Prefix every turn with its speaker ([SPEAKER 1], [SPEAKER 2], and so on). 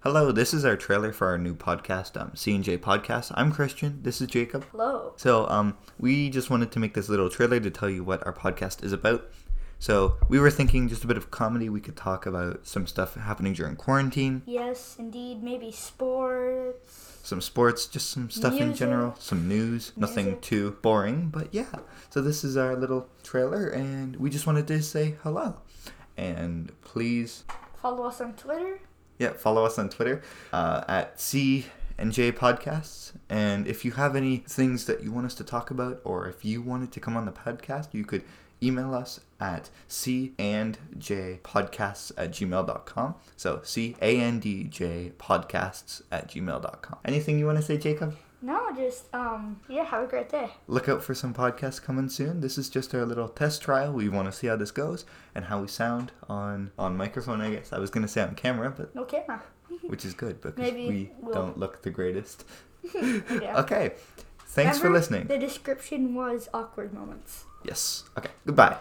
[SPEAKER 1] Hello, this is our trailer for our new podcast, um, C&J Podcast. I'm Christian. This is Jacob.
[SPEAKER 2] Hello.
[SPEAKER 1] So, um, we just wanted to make this little trailer to tell you what our podcast is about. So, we were thinking just a bit of comedy. We could talk about some stuff happening during quarantine,
[SPEAKER 2] Yes, indeed. Maybe sports.
[SPEAKER 1] some sports, just some stuff in
[SPEAKER 2] Music.
[SPEAKER 1] general, some news. Nothing
[SPEAKER 2] Music.
[SPEAKER 1] too boring, but yeah. So, this is our little trailer, and we just wanted to say hello. And please
[SPEAKER 2] Follow us on Twitter.
[SPEAKER 1] Yeah, follow us on Twitter uh, at C and J Podcasts. And if you have any things that you want us to talk about, or if you wanted to come on the podcast, you could email us at C and J Podcasts at gmail.com. So C A N D J Podcasts at gmail.com. Anything you want to say, Jacob?
[SPEAKER 2] No, just um, yeah. Have a great day.
[SPEAKER 1] Look out for some podcasts coming soon. This is just our little test trial. We want to see how this goes and how we sound on on microphone. I guess I was gonna say on camera, but
[SPEAKER 2] No camera.
[SPEAKER 1] which is good because
[SPEAKER 2] Maybe
[SPEAKER 1] we
[SPEAKER 2] we'll-
[SPEAKER 1] don't look the greatest.
[SPEAKER 2] Yeah.
[SPEAKER 1] Okay. Thanks for
[SPEAKER 2] Remember,
[SPEAKER 1] listening.
[SPEAKER 2] The description was awkward moments.
[SPEAKER 1] Yes. Okay. Goodbye.